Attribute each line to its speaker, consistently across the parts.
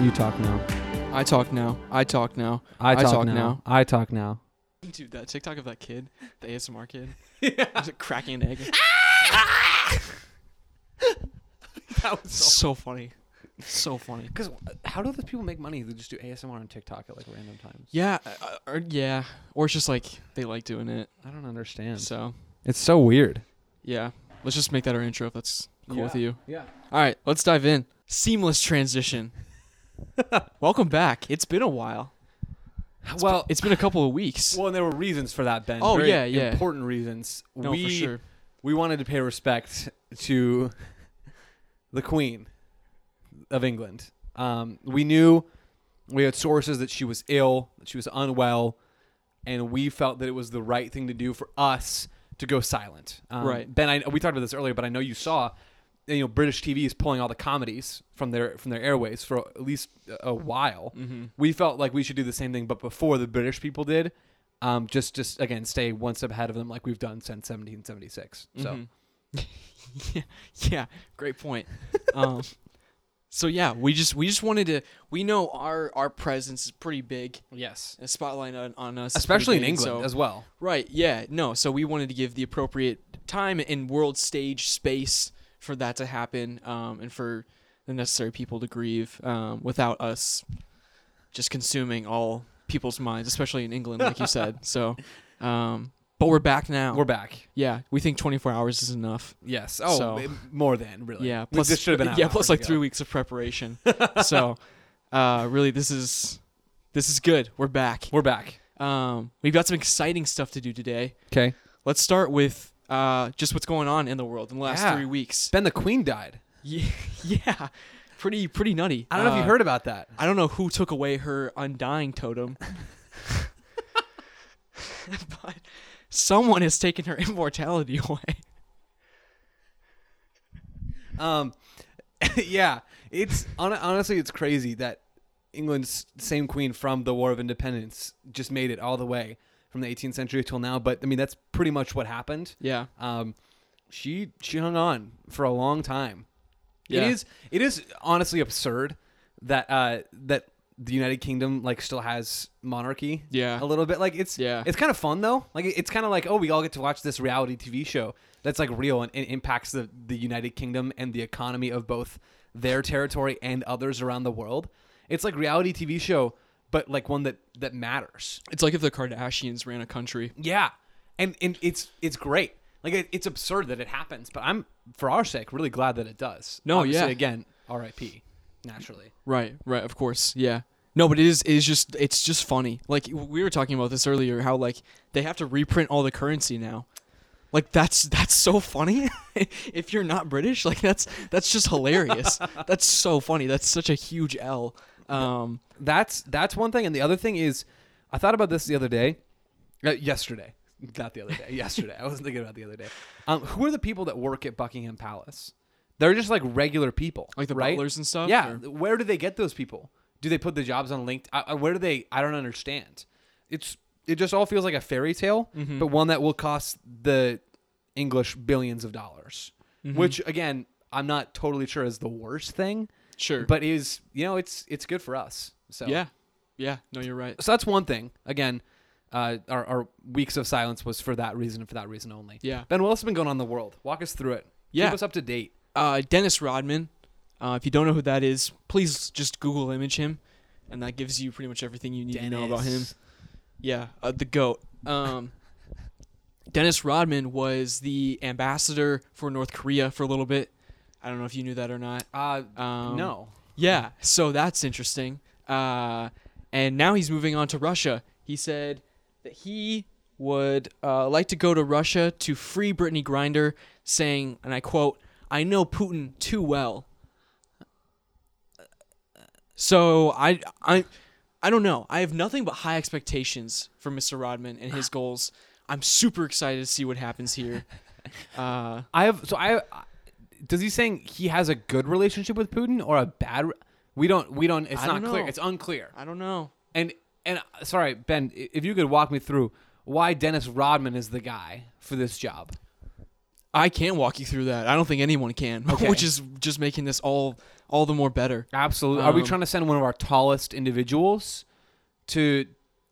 Speaker 1: You talk now.
Speaker 2: I talk now. I talk now.
Speaker 1: I
Speaker 2: I
Speaker 1: talk,
Speaker 2: talk
Speaker 1: now.
Speaker 2: now.
Speaker 1: I talk now.
Speaker 2: Dude, that TikTok of that kid, the ASMR kid, was it cracking an egg?
Speaker 1: That was
Speaker 2: Ah! so funny, so funny.
Speaker 1: Because how do those people make money who just do ASMR on TikTok at like random times?
Speaker 2: Yeah, uh, or yeah, or it's just like they like doing it.
Speaker 1: I don't understand.
Speaker 2: So
Speaker 1: it's so weird.
Speaker 2: yeah, let's just make that our intro if that's cool with
Speaker 1: Yeah.
Speaker 2: you.
Speaker 1: Yeah.
Speaker 2: All right, let's dive in. Seamless transition. Welcome back. It's been a while.
Speaker 1: well,
Speaker 2: It's been a couple of weeks.
Speaker 1: well, and there were reasons for that, Ben.
Speaker 2: Oh,
Speaker 1: Very
Speaker 2: yeah, yeah.
Speaker 1: Important reasons.
Speaker 2: no,
Speaker 1: we
Speaker 2: for sure.
Speaker 1: we wanted to pay respect to the Queen of England. Um, we knew we had sources that she was ill, that she was unwell, and we felt that it was the right thing to do for us to go silent. Um,
Speaker 2: Right.
Speaker 1: Ben, I, we talked about this earlier, but I know you saw, you know, British TV is pulling all the comedies from their from their airways for at least a- a while.
Speaker 2: Mm-hmm.
Speaker 1: We felt like we should do the same thing, but before the British people did. Um, just, just again, stay one step ahead of them, like we've done since 1776. So,
Speaker 2: Mhm. Mm-hmm. yeah, yeah, great point. um, so yeah, we just we just wanted to we know our our presence is pretty big.
Speaker 1: yes,
Speaker 2: A spotlight on, on us, is pretty
Speaker 1: especially in
Speaker 2: big,
Speaker 1: England
Speaker 2: so-
Speaker 1: as well.
Speaker 2: right? Yeah, no. So we wanted to give the appropriate time and world stage space for that to happen, um, and for the necessary people to grieve um, without us just consuming all people's minds, especially in England, like you said. So, um, but we're back now.
Speaker 1: We're back.
Speaker 2: yeah, we think 24 hours is enough.
Speaker 1: Yes. Oh,
Speaker 2: So-
Speaker 1: m- more than really.
Speaker 2: Yeah,
Speaker 1: Like, this should have been. out
Speaker 2: yeah,
Speaker 1: hours
Speaker 2: plus like
Speaker 1: ago.
Speaker 2: three weeks of preparation. so, uh, really, this is this is good. We're back.
Speaker 1: We're back.
Speaker 2: Um, we've got some exciting stuff to do today.
Speaker 1: Okay.
Speaker 2: Let's start with uh, just what's going on in the world in the last
Speaker 1: Yeah.
Speaker 2: three weeks.
Speaker 1: Ben, the Queen died.
Speaker 2: Yeah, yeah, pretty pretty nutty.
Speaker 1: I don't know if
Speaker 2: Uh,
Speaker 1: you heard about that.
Speaker 2: I don't know who took away her undying totem. but someone has taken her immortality away.
Speaker 1: Um, yeah, it's hon- honestly it's crazy that England's same queen from the War of Independence just made it all the way from the 18th century till now. But I mean, that's pretty much what happened.
Speaker 2: Yeah.
Speaker 1: Um, she she hung on for a long time.
Speaker 2: Yeah.
Speaker 1: It is it is honestly absurd that uh that the United Kingdom like still has monarchy.
Speaker 2: Yeah.
Speaker 1: A little bit like it's
Speaker 2: Yeah.
Speaker 1: It's kind of fun though. Like it- it's kind of like oh we all get to watch this reality TV show that's like real and, and impacts the the United Kingdom and the economy of both their territory and others around the world. It's like reality TV show but like one that that matters.
Speaker 2: It's like if the Kardashians ran a country.
Speaker 1: Yeah, and and it's it's great. Like it, it's absurd that it happens, but I'm for our sake really glad that it does.
Speaker 2: No,
Speaker 1: Obviously,
Speaker 2: yeah.
Speaker 1: Again, R.I.P. Naturally.
Speaker 2: Right, right, of course, yeah. No, but it is it is just it's just funny. Like we were talking about this earlier, how like they have to reprint all the currency now. Like that's that's so funny. if you're not British, like that's that's just hilarious. that's so funny. That's such a huge L. Um,
Speaker 1: That's that's one thing, and the other thing is, I thought about this the other day, uh, yesterday, not the other day, yesterday. I wasn't thinking about the other day. Um, who are the people that work at Buckingham Palace? They're just like regular people,
Speaker 2: Like the
Speaker 1: right?
Speaker 2: butlers and stuff,
Speaker 1: Yeah,
Speaker 2: or-
Speaker 1: where do they get those people? Do they put the jobs on LinkedIn? I, I- where do they? I don't understand. It's it just all feels like a fairy tale,
Speaker 2: Mm-hmm.
Speaker 1: but one that will cost the English billions of dollars.
Speaker 2: Mm-hmm.
Speaker 1: Which again, I'm not totally sure is the worst thing,
Speaker 2: sure,
Speaker 1: but is you know it's it's good for us. So
Speaker 2: yeah, yeah. No, you're right.
Speaker 1: so that's one thing. Again, uh, our, our weeks of silence was for that reason and for that reason only.
Speaker 2: Yeah.
Speaker 1: Ben, what else has been going on in the world? Walk us through it.
Speaker 2: Yeah.
Speaker 1: Keep us up to date.
Speaker 2: uh, Dennis Rodman. Uh, if you don't know who that is, please just Google image him, and that gives you pretty much everything you need to know about him.
Speaker 1: Dennis.
Speaker 2: Yeah, uh, the goat. Um, Dennis Rodman was the ambassador for North Korea for a little bit. I don't know if you knew that or not.
Speaker 1: Uh,
Speaker 2: Um,
Speaker 1: no.
Speaker 2: Yeah, so that's interesting. Uh, and now he's moving on to Russia. He said that he would uh, like to go to Russia to free Brittany Grinder, saying, and I quote, "I know Putin too well." So I I I don't know. I have nothing but high expectations for Mr. Rodman and his goals. I'm super excited to see what happens here. Uh,
Speaker 1: I have. So I. I- Does he saying he has a good relationship with Putin or a bad? re- We don't. We don't. It's
Speaker 2: I
Speaker 1: not
Speaker 2: don't
Speaker 1: clear.
Speaker 2: know.
Speaker 1: It's unclear.
Speaker 2: I don't know.
Speaker 1: And and uh, sorry, Ben, i- if you could walk me through why Dennis Rodman is the guy for this job.
Speaker 2: I can't walk you through that. I don't think anyone can,
Speaker 1: Okay.
Speaker 2: which is just making this all all the more better.
Speaker 1: Absolutely. Are we
Speaker 2: Um,
Speaker 1: trying to send one of our tallest individuals to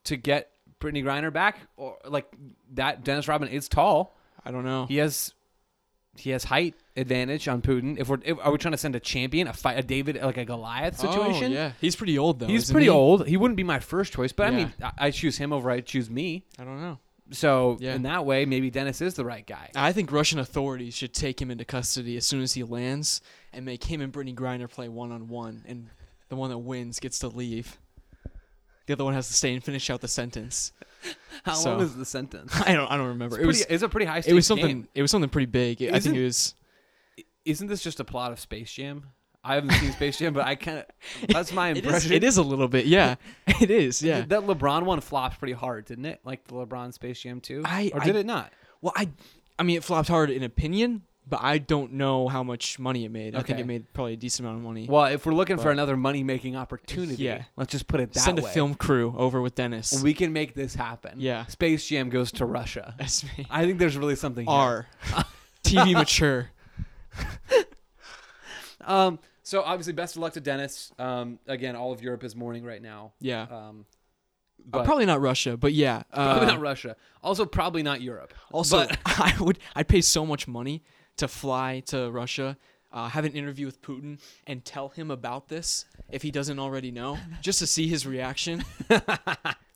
Speaker 1: to get Brittany Griner back? Or like that Dennis Rodman is tall.
Speaker 2: I don't know.
Speaker 1: He has he has height advantage on Putin. If we're if, are we trying to send a champion, a fight, a David like a Goliath situation?
Speaker 2: Oh, yeah, he's pretty old though.
Speaker 1: He's
Speaker 2: isn't
Speaker 1: pretty
Speaker 2: he?
Speaker 1: old. He wouldn't be my first choice, but I
Speaker 2: Yeah.
Speaker 1: mean, I, I choose him over I choose me.
Speaker 2: I don't know.
Speaker 1: So
Speaker 2: Yeah.
Speaker 1: in that way, maybe Dennis is the right guy.
Speaker 2: I think Russian authorities should take him into custody as soon as he lands and make him and Brittany Griner play one on one, and the one that wins gets to leave. The other one has to stay and finish out the sentence.
Speaker 1: How
Speaker 2: so-
Speaker 1: long is the sentence?
Speaker 2: I don't. I don't remember.
Speaker 1: It's
Speaker 2: it was.
Speaker 1: pretty- it's a pretty high.
Speaker 2: It
Speaker 1: stakes
Speaker 2: was something.
Speaker 1: game.
Speaker 2: It was something pretty big. I
Speaker 1: Isn't-
Speaker 2: think it was.
Speaker 1: Isn't this just a plot of Space Jam? I haven't seen Space Jam, but I kind of that's my
Speaker 2: It is,
Speaker 1: impression.
Speaker 2: it is a little bit. Yeah, it is. Yeah.
Speaker 1: That LeBron one flopped pretty hard, didn't it? Like the LeBron Space Jam 2?
Speaker 2: I-
Speaker 1: or did
Speaker 2: I-
Speaker 1: it not?
Speaker 2: Well, I. I mean, it flopped hard in opinion, but I don't know how much money it made. I think
Speaker 1: Okay.
Speaker 2: it made probably a decent amount of money.
Speaker 1: Well, if we're looking for
Speaker 2: But-
Speaker 1: another money making opportunity,
Speaker 2: Yeah.
Speaker 1: let's just put it that
Speaker 2: Send a
Speaker 1: way.
Speaker 2: film crew over with Dennis.
Speaker 1: We can make this happen.
Speaker 2: Yeah.
Speaker 1: Space Jam goes to Russia.
Speaker 2: That's me.
Speaker 1: I think there's really something here.
Speaker 2: R. TV mature.
Speaker 1: Um, so obviously, best of luck to Dennis. Um, again, all of Europe is mourning right now.
Speaker 2: Yeah.
Speaker 1: Um,
Speaker 2: Uh,
Speaker 1: but
Speaker 2: probably not Russia, but yeah. Uh,
Speaker 1: probably not Russia. Also, probably not Europe.
Speaker 2: Also,
Speaker 1: But-
Speaker 2: I would I'd pay so much money to fly to Russia, uh, have an interview with Putin, and tell him about this if he doesn't already know, just to see his reaction.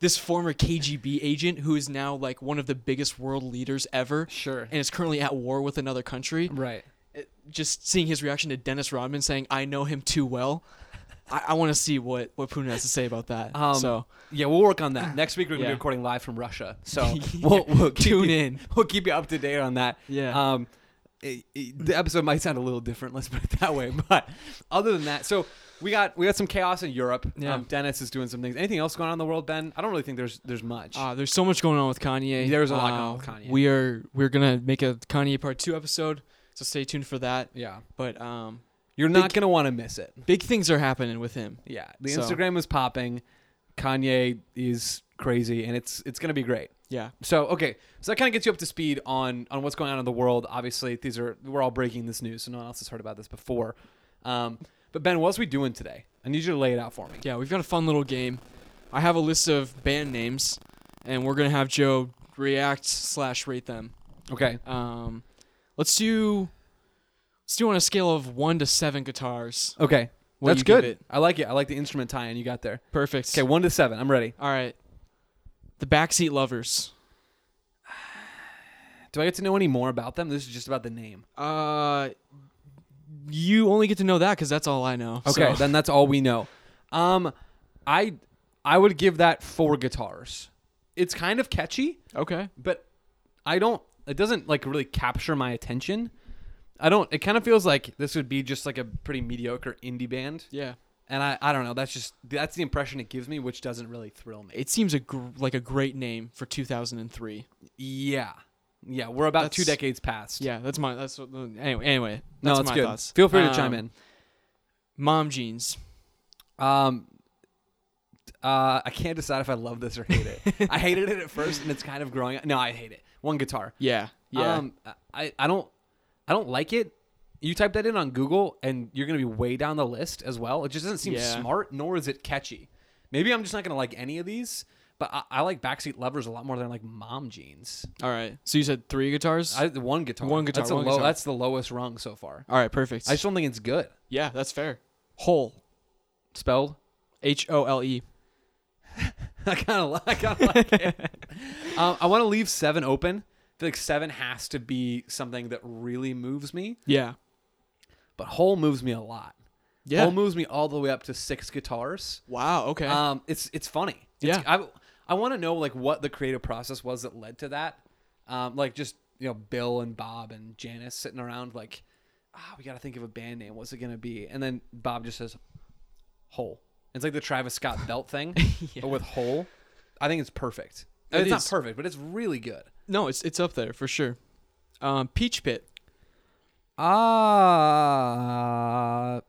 Speaker 2: this former KGB agent who is now like one of the biggest world leaders ever,
Speaker 1: sure.
Speaker 2: and is currently at war with another country.
Speaker 1: Right.
Speaker 2: it- just seeing his reaction to Dennis Rodman saying, "I know him too well." I, I want to see what what Putin has to say about that.
Speaker 1: Um,
Speaker 2: so
Speaker 1: Yeah, we'll work on that. Next week we're gonna be
Speaker 2: Yeah.
Speaker 1: recording live from Russia, so we'll, we'll keep
Speaker 2: Tune
Speaker 1: you-
Speaker 2: in.
Speaker 1: We'll keep you up to date on that.
Speaker 2: Yeah.
Speaker 1: Um, it- it- the episode might sound a little different. Let's put it that way. But other than that, so we got we got some chaos in Europe.
Speaker 2: Yeah.
Speaker 1: Um, Dennis is doing some things. Anything else going on in the world, Ben? I don't really think there's there's much.
Speaker 2: uh, there's so much going on with Kanye. Uh,
Speaker 1: There's a lot going on with Kanye.
Speaker 2: We are we're gonna make a Kanye part two episode, so stay tuned for that.
Speaker 1: yeah.
Speaker 2: But um,
Speaker 1: You're not gonna want to miss it.
Speaker 2: big things are happening with him.
Speaker 1: Yeah. The
Speaker 2: So-
Speaker 1: Instagram is popping. Kanye is crazy, and it's it's gonna be great.
Speaker 2: Yeah,
Speaker 1: So okay, so that kind of gets you up to speed on on what's going on in the world. Obviously, these are we're all breaking this news, so no one else has heard about this before. Um, but Ben, what's we doing today? I need you to lay it out for me.
Speaker 2: yeah. We've got a fun little game. I have a list of band names, and we're gonna have Joe react slash rate them.
Speaker 1: Okay.
Speaker 2: Um, let's do let's do on a scale of one to seven guitars.
Speaker 1: Okay.
Speaker 2: What
Speaker 1: That's
Speaker 2: you give
Speaker 1: good.
Speaker 2: it.
Speaker 1: I like it. I like the instrument tie-in you got there.
Speaker 2: Perfect.
Speaker 1: Okay, one to seven. I'm ready.
Speaker 2: All right. The backseat lovers.
Speaker 1: Do I get to know any more about them? This is just about the name.
Speaker 2: Uh, you only get to know that because that's all I know.
Speaker 1: Okay,
Speaker 2: so-
Speaker 1: then that's all we know. Um, I I would give that four guitars. It's kind of catchy.
Speaker 2: okay.
Speaker 1: but I don't. It doesn't like really capture my attention. I don't. It kind of feels like this would be just like a pretty mediocre indie band,
Speaker 2: Yeah.
Speaker 1: and I I don't know. That's just that's the impression it gives me, which doesn't really thrill me.
Speaker 2: It seems a gr- like a great name for 2003.
Speaker 1: Yeah, yeah. We're about two
Speaker 2: That's-
Speaker 1: decades past.
Speaker 2: Yeah, that's my that's what- anyway. Anyway,
Speaker 1: no,
Speaker 2: that's
Speaker 1: that's
Speaker 2: my
Speaker 1: good.
Speaker 2: thoughts.
Speaker 1: Feel free to
Speaker 2: Um,
Speaker 1: chime in.
Speaker 2: Mom jeans.
Speaker 1: Um, uh, I can't decide if I love this or hate it. I hated it at first, and it's kind of growing. No, I hate it. One guitar.
Speaker 2: Yeah. Yeah.
Speaker 1: Um, I, I don't I don't like it. You type that in on Google and you're gonna be way down the list as well. It just doesn't seem
Speaker 2: Yeah.
Speaker 1: smart, nor is it catchy. Maybe I'm just not gonna like any of these. But I, I like backseat lovers a lot more than I like mom jeans.
Speaker 2: all right. So you said three guitars.
Speaker 1: I the one guitar.
Speaker 2: One guitar,
Speaker 1: That's, a
Speaker 2: one
Speaker 1: low,
Speaker 2: guitar.
Speaker 1: that's the lowest rung so far.
Speaker 2: all right. Perfect.
Speaker 1: I just don't think it's good.
Speaker 2: yeah, that's fair. Whole.
Speaker 1: Spelled.
Speaker 2: H O L E.
Speaker 1: I kind of I kind of like it. Um, I want to leave seven open. I feel like seven has to be something that really moves me.
Speaker 2: Yeah.
Speaker 1: But whole moves me a lot.
Speaker 2: Yeah.
Speaker 1: Whole moves me all the way up to six guitars.
Speaker 2: wow. Okay.
Speaker 1: Um, it's it's funny. It's,
Speaker 2: Yeah.
Speaker 1: I I want to know like what the creative process was that led to that. Um, like just you know Bill and Bob and Janice sitting around like, ah, we gotta think of a band name. What's it gonna be? And then Bob just says, "Hole." It's like the Travis Scott belt thing, but with hole. I think it's perfect.
Speaker 2: It
Speaker 1: it's
Speaker 2: is.
Speaker 1: not perfect, but it's really good.
Speaker 2: no, it's it's up there for sure. Um, Peach Pit.
Speaker 1: Ah,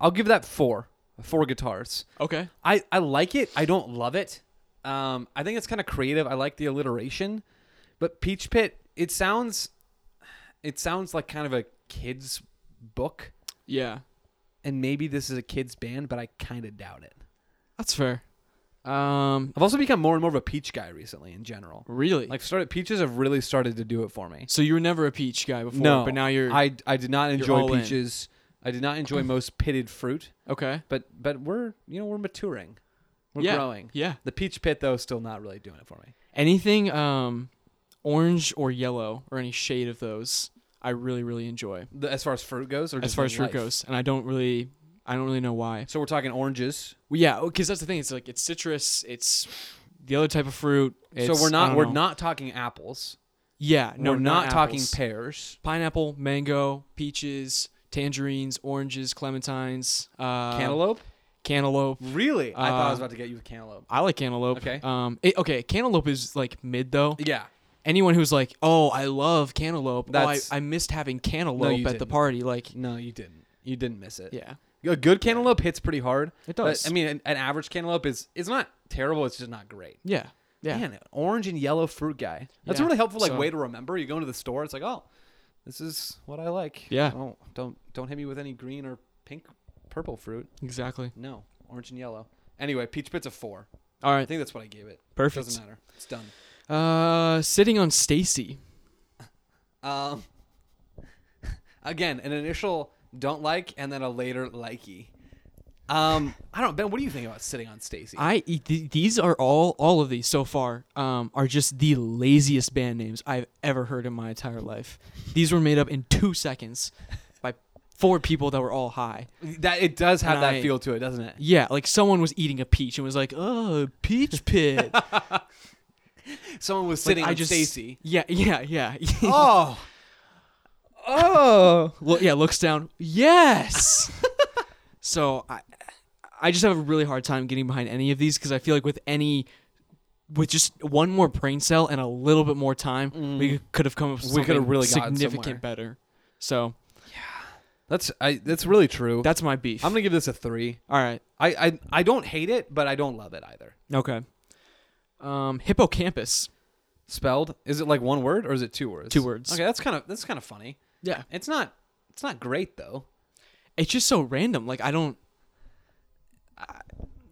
Speaker 1: I'll give that four, four guitars.
Speaker 2: Okay.
Speaker 1: I, I like it. I don't love it. Um, I think it's kind of creative. I like the alliteration, but Peach Pit. It sounds. it sounds like kind of a kids book,
Speaker 2: Yeah,
Speaker 1: and maybe this is a kids band, but I kind of doubt it.
Speaker 2: that's fair. Um,
Speaker 1: I've also become more and more of a peach guy recently in general.
Speaker 2: really?
Speaker 1: Like started peaches have really started to do it for me.
Speaker 2: so you were never a peach guy before,
Speaker 1: no,
Speaker 2: but now you're
Speaker 1: I I did not
Speaker 2: you're
Speaker 1: enjoy
Speaker 2: all in.
Speaker 1: peaches. I did not enjoy most pitted fruit,
Speaker 2: okay.
Speaker 1: but but we're you know we're maturing, we're
Speaker 2: yeah,
Speaker 1: growing.
Speaker 2: Yeah.
Speaker 1: The peach pit though is still not really doing it for me.
Speaker 2: Anything um, orange or yellow or any shade of those, I really really enjoy.
Speaker 1: The, as far as fruit goes, or
Speaker 2: As
Speaker 1: just
Speaker 2: far
Speaker 1: in
Speaker 2: as fruit
Speaker 1: life?
Speaker 2: goes, and I don't really, I don't really know why.
Speaker 1: So we're talking oranges.
Speaker 2: Well, yeah, because that's the thing. It's like it's citrus. It's the other type of fruit.
Speaker 1: so
Speaker 2: it's-
Speaker 1: we're
Speaker 2: I
Speaker 1: not
Speaker 2: don't
Speaker 1: we're
Speaker 2: know.
Speaker 1: not talking apples.
Speaker 2: Yeah, no,
Speaker 1: we're not, talking
Speaker 2: apples.
Speaker 1: pears.
Speaker 2: pineapple, mango, peaches, tangerines, oranges, clementines, uh,
Speaker 1: Cantaloupe.
Speaker 2: cantaloupe.
Speaker 1: Really? I thought I was
Speaker 2: uh,
Speaker 1: about to get you with cantaloupe.
Speaker 2: I like cantaloupe.
Speaker 1: Okay.
Speaker 2: Um. it- okay. Cantaloupe is like mid though.
Speaker 1: Yeah.
Speaker 2: Anyone who's like, oh, I love cantaloupe. Oh, I,
Speaker 1: That's-
Speaker 2: I missed having cantaloupe
Speaker 1: you
Speaker 2: at the
Speaker 1: didn't.
Speaker 2: party. Like,
Speaker 1: No, you didn't. You didn't miss it.
Speaker 2: yeah,
Speaker 1: A good cantaloupe hits pretty hard.
Speaker 2: It
Speaker 1: but,
Speaker 2: does.
Speaker 1: I mean, an, an average cantaloupe is it's not terrible. It's just not great.
Speaker 2: yeah, yeah.
Speaker 1: Man, orange and yellow fruit guy. That's
Speaker 2: Yeah.
Speaker 1: a really helpful like
Speaker 2: So-
Speaker 1: way to remember. You go into the store. It's like, oh, this is what I like.
Speaker 2: Yeah.
Speaker 1: Don't don't don't hit me with any green or pink, purple fruit.
Speaker 2: Exactly.
Speaker 1: No, orange and yellow. Anyway, peach pit's a four.
Speaker 2: All
Speaker 1: I
Speaker 2: right.
Speaker 1: think that's what I gave it.
Speaker 2: Perfect.
Speaker 1: Doesn't matter. It's done.
Speaker 2: Uh, sitting on Stacy.
Speaker 1: Um, again, an initial don't like and then a later likey. Um, I don't. Ben, what do you think about sitting on Stacy?
Speaker 2: I th- these are all all of these so far um, are just the laziest band names I've ever heard in my entire life. These were made up in two seconds by four people that were all high.
Speaker 1: That it does have
Speaker 2: And
Speaker 1: that
Speaker 2: I-
Speaker 1: feel to it, doesn't it?
Speaker 2: Yeah, like someone was eating a peach and was like, "Oh, peach pit." Like,
Speaker 1: Someone was sitting
Speaker 2: I
Speaker 1: on
Speaker 2: just-
Speaker 1: Stacy.
Speaker 2: Yeah, yeah, yeah.
Speaker 1: Oh, oh.
Speaker 2: Look, yeah, looks down. Yes. so I, I just have a really hard time getting behind any of these because I feel like with any, with just one more brain cell and a little bit more time, we could have come up
Speaker 1: Mm.
Speaker 2: with
Speaker 1: We could
Speaker 2: something
Speaker 1: have really gotten somewhere.
Speaker 2: significant better. So
Speaker 1: That's I. That's really true.
Speaker 2: that's my beef.
Speaker 1: I'm gonna give this a three.
Speaker 2: All right.
Speaker 1: I, I I don't hate it, but I don't love it either.
Speaker 2: Okay. Um, hippocampus.
Speaker 1: Spelled? Is it like one word or is it two words?
Speaker 2: Two words.
Speaker 1: Okay, that's kind of that's kind of funny.
Speaker 2: Yeah.
Speaker 1: It's not it's not great though.
Speaker 2: It's just so random. Like I don't.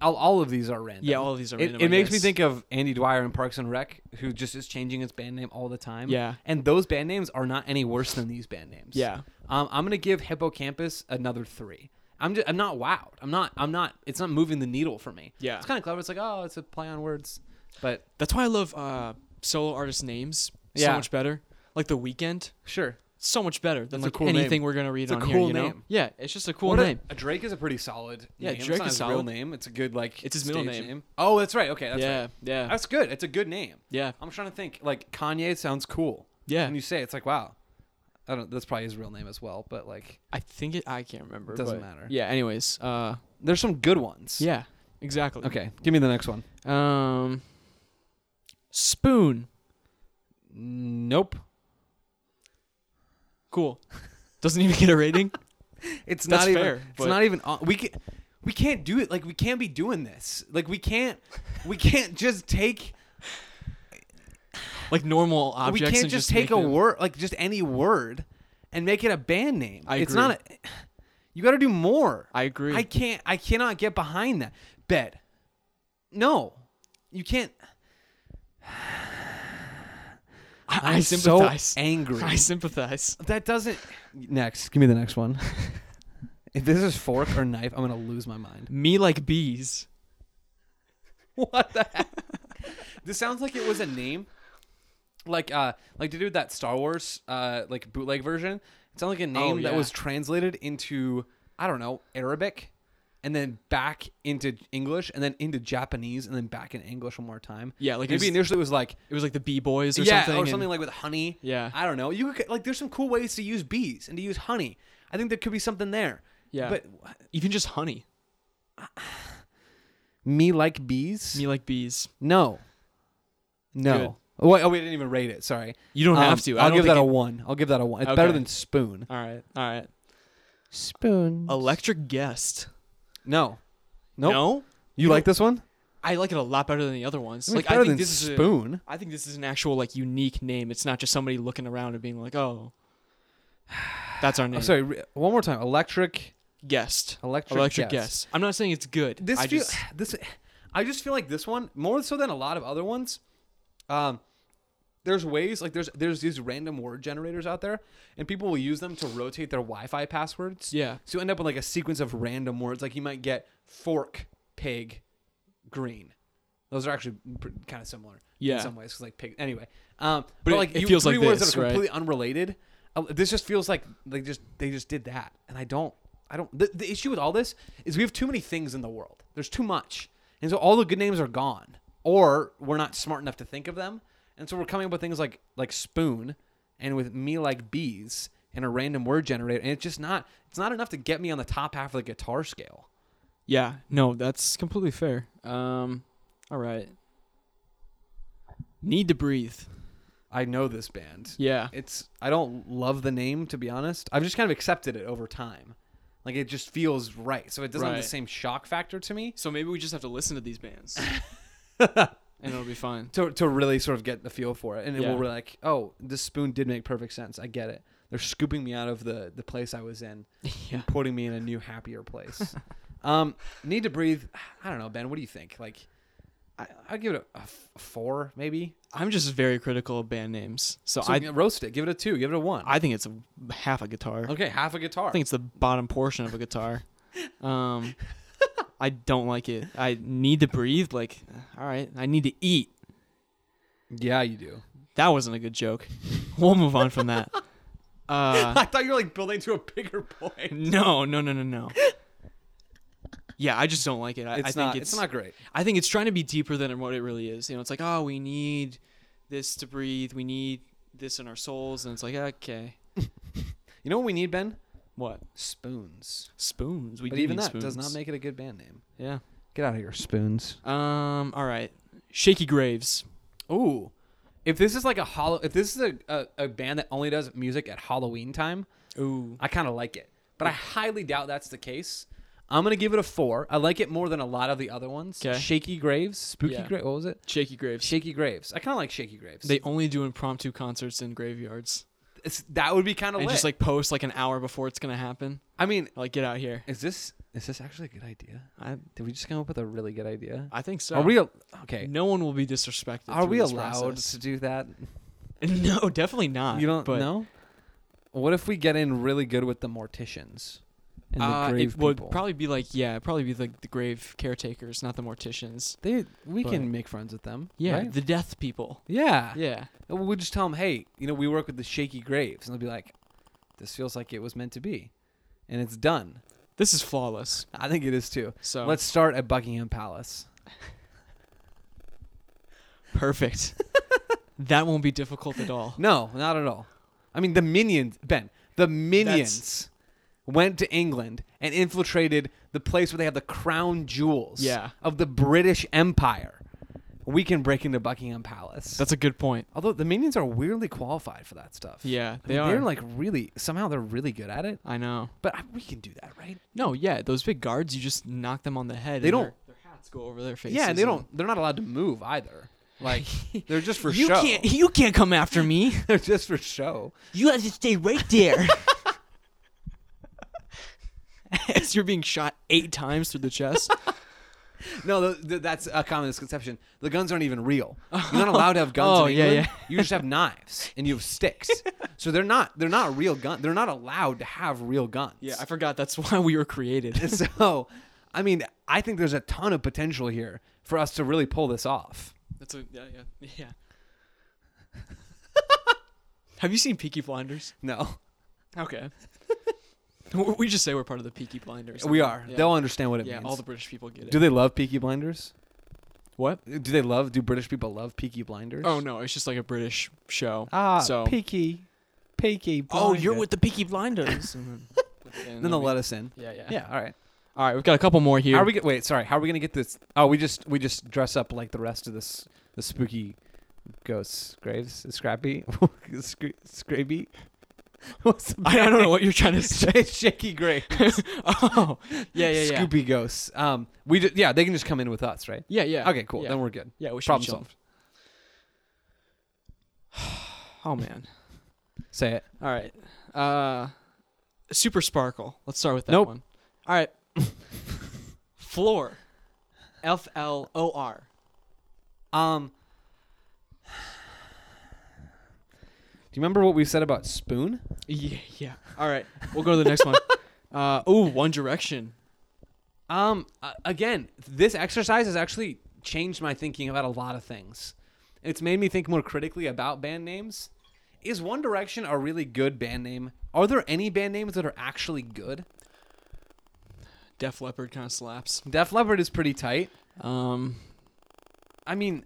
Speaker 1: all, all of these are random.
Speaker 2: Yeah, all of these are
Speaker 1: It-
Speaker 2: random,
Speaker 1: It,
Speaker 2: I
Speaker 1: makes me
Speaker 2: guess.
Speaker 1: think of Andy Dwyer in Parks and Rec, who just is changing his band name all the time.
Speaker 2: Yeah.
Speaker 1: and those band names are not any worse than these band names.
Speaker 2: Yeah.
Speaker 1: um, I'm gonna give Hippocampus another three. I'm just, I'm not wowed. I'm not I'm not. It's not moving the needle for me.
Speaker 2: Yeah.
Speaker 1: it's kind of clever. It's like oh, it's a play on words, but
Speaker 2: That's why I love uh solo artist names so
Speaker 1: Yeah.
Speaker 2: much better. Like the weekend.
Speaker 1: sure.
Speaker 2: so much better than
Speaker 1: That's a
Speaker 2: like
Speaker 1: cool name.
Speaker 2: anything we're gonna read
Speaker 1: a
Speaker 2: on
Speaker 1: cool
Speaker 2: here. You know?
Speaker 1: name.
Speaker 2: Yeah, it's just a cool
Speaker 1: What a-
Speaker 2: name.
Speaker 1: A, Drake is a pretty solid.
Speaker 2: Yeah,
Speaker 1: name. It's
Speaker 2: Drake
Speaker 1: not
Speaker 2: is
Speaker 1: his real
Speaker 2: solid.
Speaker 1: name. It's a good like.
Speaker 2: It's his middle
Speaker 1: stage
Speaker 2: name.
Speaker 1: Oh, that's right. Okay, that's
Speaker 2: yeah,
Speaker 1: right.
Speaker 2: yeah,
Speaker 1: That's good. It's a good name.
Speaker 2: yeah,
Speaker 1: I'm trying to think. Like Kanye sounds cool.
Speaker 2: yeah.
Speaker 1: When you say it, it's like wow. I don't. That's probably his real name as well. But like,
Speaker 2: I think it. I can't remember.
Speaker 1: It doesn't
Speaker 2: but-
Speaker 1: matter.
Speaker 2: Yeah. Anyways. Uh.
Speaker 1: there's some good ones.
Speaker 2: Yeah. Exactly.
Speaker 1: Okay. Give me the next one.
Speaker 2: Um. Spoon.
Speaker 1: Nope.
Speaker 2: Cool. Doesn't even get a rating.
Speaker 1: It's
Speaker 2: That's
Speaker 1: not even.
Speaker 2: fair,
Speaker 1: it's
Speaker 2: but-
Speaker 1: not even. On, we can. We can't do it. Like we can't be doing this. Like we can't. We can't just take.
Speaker 2: like normal
Speaker 1: we
Speaker 2: objects.
Speaker 1: can't
Speaker 2: and
Speaker 1: just
Speaker 2: just
Speaker 1: take
Speaker 2: make
Speaker 1: a
Speaker 2: them-
Speaker 1: word like just any word, and make it a band name.
Speaker 2: I
Speaker 1: It's not. A, you got to do more.
Speaker 2: I agree.
Speaker 1: I can't. I cannot get behind that. Bed. No, you can't.
Speaker 2: I, I
Speaker 1: I'm
Speaker 2: sympathize.
Speaker 1: So angry.
Speaker 2: I sympathize.
Speaker 1: That doesn't. Next, give me the next one. if this is fork or knife, I'm gonna lose my mind.
Speaker 2: Me like bees.
Speaker 1: What the? heck? this sounds like it was a name, like uh, like to do with that Star Wars uh, like bootleg version. It sounded like a name that
Speaker 2: Oh, yeah.
Speaker 1: was translated into I don't know Arabic, and then back into English, and then into Japanese, and then back in English one more time.
Speaker 2: Yeah, like it
Speaker 1: maybe
Speaker 2: was-
Speaker 1: initially it was like
Speaker 2: It was like the bee boys or
Speaker 1: yeah,
Speaker 2: something.
Speaker 1: or
Speaker 2: and-
Speaker 1: something like with honey.
Speaker 2: Yeah.
Speaker 1: I don't know. You could like there's some cool ways to use bees and to use honey. I think there could be something there.
Speaker 2: Yeah.
Speaker 1: But
Speaker 2: even just honey.
Speaker 1: me like bees?
Speaker 2: Me like bees.
Speaker 1: no. No. Oh, wait, oh, we didn't even rate it. Sorry.
Speaker 2: You don't
Speaker 1: Um,
Speaker 2: have to. I
Speaker 1: I'll
Speaker 2: don't
Speaker 1: give
Speaker 2: think
Speaker 1: that a
Speaker 2: it-
Speaker 1: one. I'll give that a one. It's better
Speaker 2: Okay.
Speaker 1: than spoon.
Speaker 2: All right. All right.
Speaker 1: Spoon.
Speaker 2: Electric guest.
Speaker 1: no. Nope.
Speaker 2: No,
Speaker 1: You like this one?
Speaker 2: I like it a lot better than the other ones.
Speaker 1: It's
Speaker 2: Like
Speaker 1: better
Speaker 2: I think
Speaker 1: than
Speaker 2: this is a-
Speaker 1: spoon.
Speaker 2: I think this is an actual like unique name. It's not just somebody looking around and being like, "Oh, That's our name.
Speaker 1: I'm Oh, sorry. re- One more time. Electric.
Speaker 2: Guest.
Speaker 1: Electric.
Speaker 2: Electric
Speaker 1: Guess.
Speaker 2: guest. I'm not saying it's good.
Speaker 1: This
Speaker 2: I
Speaker 1: feel,
Speaker 2: just,
Speaker 1: this I just feel like this one more so than a lot of other ones. Um, there's ways like there's there's these random word generators out there, and people will use them to rotate their Wi-Fi passwords.
Speaker 2: yeah.
Speaker 1: So you end up with like a sequence of random words. Like you might get fork, pig, green. Those are actually kind of similar.
Speaker 2: Yeah.
Speaker 1: In some ways, 'cause, like pig. Anyway, um, but,
Speaker 2: it-
Speaker 1: like
Speaker 2: it
Speaker 1: you,
Speaker 2: feels
Speaker 1: three
Speaker 2: like
Speaker 1: words
Speaker 2: this,
Speaker 1: that are
Speaker 2: right?
Speaker 1: completely unrelated. Uh, this just feels like they just they just did that, and I don't. I don't. The, the issue with all this is we have too many things in the world. There's too much, and so all the good names are gone, or we're not smart enough to think of them, and so we're coming up with things like like spoon, and with me like bees, and a random word generator, and it's just not. It's not enough to get me on the top half of the guitar scale.
Speaker 2: Yeah. No, that's completely fair. Um, all right. Need to breathe.
Speaker 1: I know this band.
Speaker 2: Yeah.
Speaker 1: It's I don't love the name to be honest. I've just kind of accepted it over time. Like it just feels right. So it doesn't have
Speaker 2: Right.
Speaker 1: the same shock factor to me
Speaker 2: So maybe we just have to listen to these bands, and it'll be fine.
Speaker 1: to to really sort of get the feel for it. And it
Speaker 2: Yeah.
Speaker 1: will really like, oh, this spoon did make perfect sense. I get it. They're scooping me out of the the place I was in
Speaker 2: Yeah.
Speaker 1: and putting me in a new happier place. um need to breathe. I don't know, Ben, what do you think? Like I I'd give it a, a f- a 4 maybe.
Speaker 2: I'm just very critical of band names, so,
Speaker 1: So
Speaker 2: I
Speaker 1: roast it. Give it a 2, give it a 1.
Speaker 2: I think it's a, half a guitar.
Speaker 1: okay, half a guitar.
Speaker 2: I think it's the bottom portion of a guitar. Um, I don't like it. I need to breathe. Like, all right, I need to eat.
Speaker 1: yeah, you do.
Speaker 2: That wasn't a good joke. We'll move on from that. Uh,
Speaker 1: I thought you were like building to a bigger point.
Speaker 2: no, no, no, no, no. Yeah, I just don't like it. I, I
Speaker 1: it's
Speaker 2: think
Speaker 1: not.
Speaker 2: it's,
Speaker 1: It's, not great.
Speaker 2: I think it's trying to be deeper than what it really is. You know, it's like, oh, we need this to breathe. We need this in our souls, and it's like, okay,
Speaker 1: You know what we need, Ben?
Speaker 2: what
Speaker 1: Spoons.
Speaker 2: spoons? We
Speaker 1: But
Speaker 2: do
Speaker 1: even
Speaker 2: need
Speaker 1: that does not
Speaker 2: spoons.
Speaker 1: make it a good band name.
Speaker 2: yeah.
Speaker 1: Get out of here, spoons.
Speaker 2: Um. All right. Shaky Graves.
Speaker 1: Ooh, if this is like a hollow, if this is a, a, a band that only does music at Halloween time,
Speaker 2: Ooh.
Speaker 1: I kind of like it. But I highly doubt that's the case. I'm gonna give it a four. I like it more than a lot of the other ones.
Speaker 2: 'Kay.
Speaker 1: Shaky Graves, Spooky
Speaker 2: Yeah.
Speaker 1: Graves. What was it?
Speaker 2: Shaky Graves.
Speaker 1: Shaky Graves. I kind of like Shaky Graves.
Speaker 2: They only do impromptu concerts in graveyards.
Speaker 1: It's- that would be kind of
Speaker 2: They
Speaker 1: lit.
Speaker 2: just like post like an hour before it's gonna happen.
Speaker 1: I mean,
Speaker 2: Like get out here.
Speaker 1: is this is this actually a good idea?
Speaker 2: I
Speaker 1: Did we just come up with a really good idea?
Speaker 2: I think so.
Speaker 1: Are we? al- Okay.
Speaker 2: No one will be disrespected.
Speaker 1: Are
Speaker 2: through
Speaker 1: we
Speaker 2: this
Speaker 1: allowed
Speaker 2: process.
Speaker 1: to do that?
Speaker 2: No, definitely not.
Speaker 1: You don't
Speaker 2: but,
Speaker 1: know. What if we get in really good with the morticians and the
Speaker 2: uh,
Speaker 1: grave
Speaker 2: it would
Speaker 1: people?
Speaker 2: probably be like yeah, it'd probably be like the grave caretakers, not the morticians.
Speaker 1: they we
Speaker 2: but-
Speaker 1: can make friends with them.
Speaker 2: Yeah,
Speaker 1: right?
Speaker 2: the death people.
Speaker 1: yeah. Uh,
Speaker 2: Yeah,
Speaker 1: We'll just tell them, hey, you know, we work with the shaky graves, and they'll be like, this feels like it was meant to be, and it's done.
Speaker 2: this is flawless.
Speaker 1: I think it is too.
Speaker 2: So
Speaker 1: Let's start at Buckingham Palace.
Speaker 2: perfect. that won't be difficult at all.
Speaker 1: No, not at all. I mean, the minions, Ben, the minions went to England and infiltrated the place where they have the crown jewels
Speaker 2: Yeah.
Speaker 1: of the British Empire. We can break into Buckingham Palace.
Speaker 2: That's a good point.
Speaker 1: Although the minions are weirdly qualified for that stuff.
Speaker 2: Yeah,
Speaker 1: I
Speaker 2: they
Speaker 1: mean,
Speaker 2: are.
Speaker 1: They're like really, somehow they're really good at it.
Speaker 2: I know.
Speaker 1: But I, we can do that, right?
Speaker 2: No, yeah, those big guards, you just knock them on the head.
Speaker 1: They
Speaker 2: and
Speaker 1: don't-
Speaker 2: Their, their hats go over their faces.
Speaker 1: yeah, and they don't, they're not allowed to move either. Like, they're just for
Speaker 2: you
Speaker 1: show.
Speaker 2: can't. You can't come after me.
Speaker 1: they're just for show.
Speaker 2: you have to stay right there. As you're being shot eight times through the chest.
Speaker 1: No, th- th- that's a common misconception. The guns aren't even real. You're not allowed to have guns.
Speaker 2: Oh,
Speaker 1: in
Speaker 2: yeah,
Speaker 1: England.
Speaker 2: yeah.
Speaker 1: You just have knives and you have sticks. so they're not they're not real gun. They're not allowed to have real guns.
Speaker 2: yeah, I forgot. That's why we were created.
Speaker 1: so, I mean, I think there's a ton of potential here for us to really pull this off.
Speaker 2: That's a, yeah, yeah, yeah. have you seen Peaky Blinders?
Speaker 1: No,
Speaker 2: Okay. W- we just say we're part of the Peaky Blinders.
Speaker 1: we are.
Speaker 2: Yeah.
Speaker 1: They'll understand what it
Speaker 2: yeah,
Speaker 1: means.
Speaker 2: all the British people get it.
Speaker 1: do they love Peaky Blinders?
Speaker 2: what?
Speaker 1: Do they love? Do British people love Peaky Blinders?
Speaker 2: Oh no, it's just like a British show.
Speaker 1: Ah,
Speaker 2: so
Speaker 1: Peaky, Peaky.
Speaker 2: Oh,
Speaker 1: Blinders.
Speaker 2: you're with the Peaky Blinders. And
Speaker 1: Then they'll let us in.
Speaker 2: Yeah, yeah,
Speaker 1: Yeah. All right.
Speaker 2: All right, we've got a couple more here.
Speaker 1: How are we? Get, wait, sorry. How are we gonna get this? Oh, we just we just dress up like the rest of this the spooky ghosts graves. Scrappy, Scra- Scrappy. What's the
Speaker 2: I, I don't know what you're trying to say.
Speaker 1: It's shaky grave.
Speaker 2: oh, yeah, yeah, yeah.
Speaker 1: Scoopy ghosts. Um, we ju- yeah, they can just come in with us, right?
Speaker 2: Yeah, yeah.
Speaker 1: Okay, cool.
Speaker 2: Yeah,
Speaker 1: Then we're good.
Speaker 2: yeah we should be
Speaker 1: Problem
Speaker 2: chilling.
Speaker 1: solved.
Speaker 2: Oh man,
Speaker 1: Say it.
Speaker 2: All right. Uh, Super Sparkle. Let's start with that
Speaker 1: Nope.
Speaker 2: one. All right. Floor. F L O R.
Speaker 1: Um, do you remember what we said about Spoon?
Speaker 2: Yeah, yeah. All right. We'll go to the next one. Uh, ooh, One Direction.
Speaker 1: Um, uh, again, this exercise has actually changed my thinking about a lot of things. It's made me think more critically about band names. Is One Direction a really good band name? Are there any band names that are actually good?
Speaker 2: Def Leppard kind of slaps.
Speaker 1: Def Leppard is pretty tight.
Speaker 2: Um,
Speaker 1: I mean,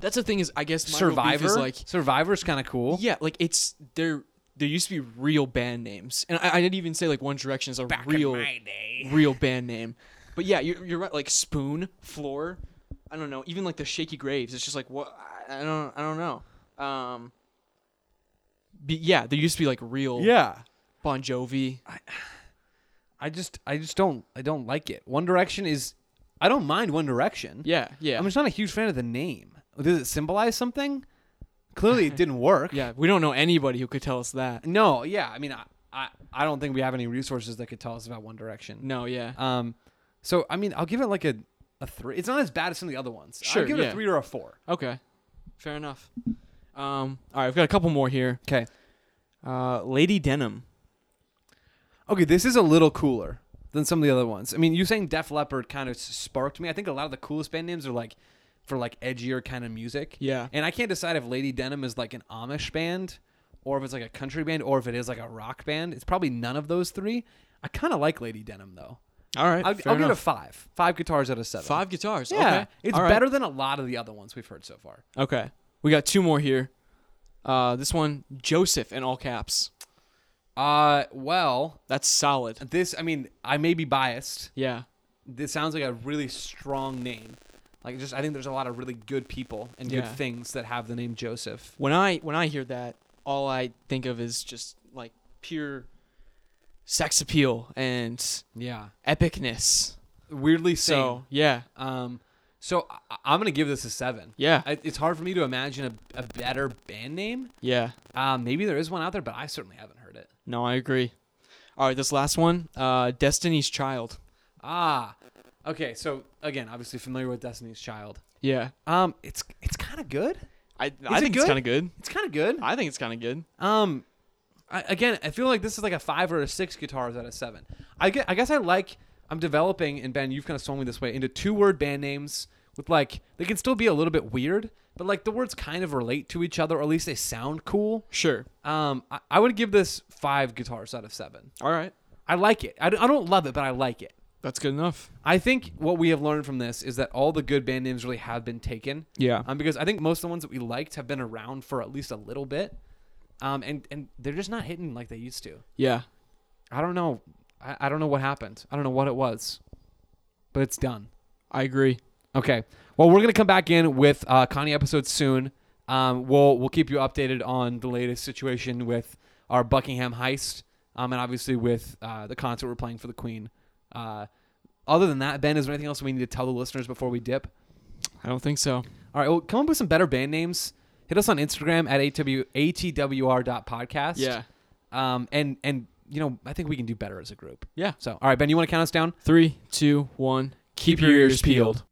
Speaker 2: that's the thing is, I guess my real beef
Speaker 1: Survivor.
Speaker 2: is
Speaker 1: Like,
Speaker 2: like
Speaker 1: Survivor's kind of cool.
Speaker 2: Yeah, like it's there. There used to be real band names, and I, I didn't even say like One Direction is a real,
Speaker 1: day.
Speaker 2: real band name. But yeah, you're, you're right. Like Spoon, Floor, I don't know. Even like the Shaky Graves. It's just like what I I don't, I don't know. Um, but yeah, there used to be like real
Speaker 1: Yeah.
Speaker 2: Bon Jovi.
Speaker 1: I just, I just don't, I don't like it. One Direction is, I don't mind One Direction.
Speaker 2: Yeah, yeah,
Speaker 1: I'm just not a huge fan of the name. Does it symbolize something? Clearly, it didn't work.
Speaker 2: yeah. We don't know anybody who could tell us that.
Speaker 1: No, yeah. I mean, I, I, I don't think we have any resources that could tell us about One Direction.
Speaker 2: No, yeah.
Speaker 1: Um, so I mean, I'll give it like a, a three. It's not as bad as some of the other ones.
Speaker 2: Sure,
Speaker 1: I'll give it
Speaker 2: yeah.
Speaker 1: a three or a four.
Speaker 2: Okay, fair enough. Um, all right, we've got a couple more here.
Speaker 1: Okay.
Speaker 2: Uh, Lady Denim.
Speaker 1: Okay, this is a little cooler than some of the other ones. I mean, you saying Def Leppard kind of s- sparked me. I think a lot of the coolest band names are like for like edgier kind of music.
Speaker 2: Yeah.
Speaker 1: And I can't decide if Lady Denim is like an Amish band or if it's like a country band or if it is like a rock band. It's probably none of those three. I kind of like Lady Denim though.
Speaker 2: All right,
Speaker 1: I'll,
Speaker 2: fair
Speaker 1: I'll give it a
Speaker 2: enough.
Speaker 1: five. Five guitars out of seven.
Speaker 2: Five guitars.
Speaker 1: Yeah.
Speaker 2: Okay.
Speaker 1: It's
Speaker 2: All right.
Speaker 1: better than a lot of the other ones we've heard so far.
Speaker 2: Okay. We got two more here. Uh, this one, Joseph in all caps.
Speaker 1: Uh, well,
Speaker 2: That's solid.
Speaker 1: this, I mean, I may be biased.
Speaker 2: Yeah.
Speaker 1: this sounds like a really strong name. Like just I think there's a lot of really good people and
Speaker 2: Yeah.
Speaker 1: good things that have the name Joseph.
Speaker 2: When I when I hear that, all I think of is just like pure sex appeal and
Speaker 1: Yeah.
Speaker 2: epicness.
Speaker 1: Weirdly so.
Speaker 2: So yeah,
Speaker 1: Um so I, I'm going to give this a 7.
Speaker 2: yeah,
Speaker 1: I, it's hard for me to imagine a, a better band name.
Speaker 2: yeah.
Speaker 1: Um maybe there is one out there but I certainly haven't heard it.
Speaker 2: No, I agree. All right, this last one, uh, Destiny's Child.
Speaker 1: Ah. Okay, so again, obviously familiar with Destiny's Child.
Speaker 2: Yeah,
Speaker 1: Um it's it's kind of good.
Speaker 2: I I
Speaker 1: it
Speaker 2: think
Speaker 1: good?
Speaker 2: it's kind of good.
Speaker 1: It's kind of good.
Speaker 2: I think it's kind of good.
Speaker 1: Um, I, again, I feel like this is like a five or a six guitars out of seven. I guess, I guess I like. I'm developing, and Ben, you've kind of swung me this way into two word band names with like they can still be a little bit weird, but like the words kind of relate to each other, or at least they sound cool.
Speaker 2: Sure.
Speaker 1: Um, I, I would give this five guitars out of seven.
Speaker 2: All right,
Speaker 1: I like it. I, d- I don't love it, but I like it.
Speaker 2: that's good enough.
Speaker 1: I think what we have learned from this is that all the good band names really have been taken
Speaker 2: Yeah.
Speaker 1: um, because I think most of the ones that we liked have been around for at least a little bit, um, and and they're just not hitting like they used to.
Speaker 2: Yeah.
Speaker 1: I don't know. I, I don't know what happened. I don't know what it was, but it's done.
Speaker 2: I agree.
Speaker 1: Okay. Well, we're gonna come back in with uh, Connie episodes soon. Um, we'll we'll keep you updated on the latest situation with our Buckingham heist, um, and obviously with uh, the concert we're playing for the Queen. Uh, other than that, Ben, is there anything else we need to tell the listeners before we dip?
Speaker 2: I don't think so.
Speaker 1: All right, well, come up with some better band names. Hit us on Instagram at AW, ATWR.podcast.
Speaker 2: Yeah.
Speaker 1: Um, and, and, you know, I think we can do better as a group.
Speaker 2: Yeah.
Speaker 1: So, all right, Ben, you want to count us down?
Speaker 2: Three, two, one. Keep, your ears peeled.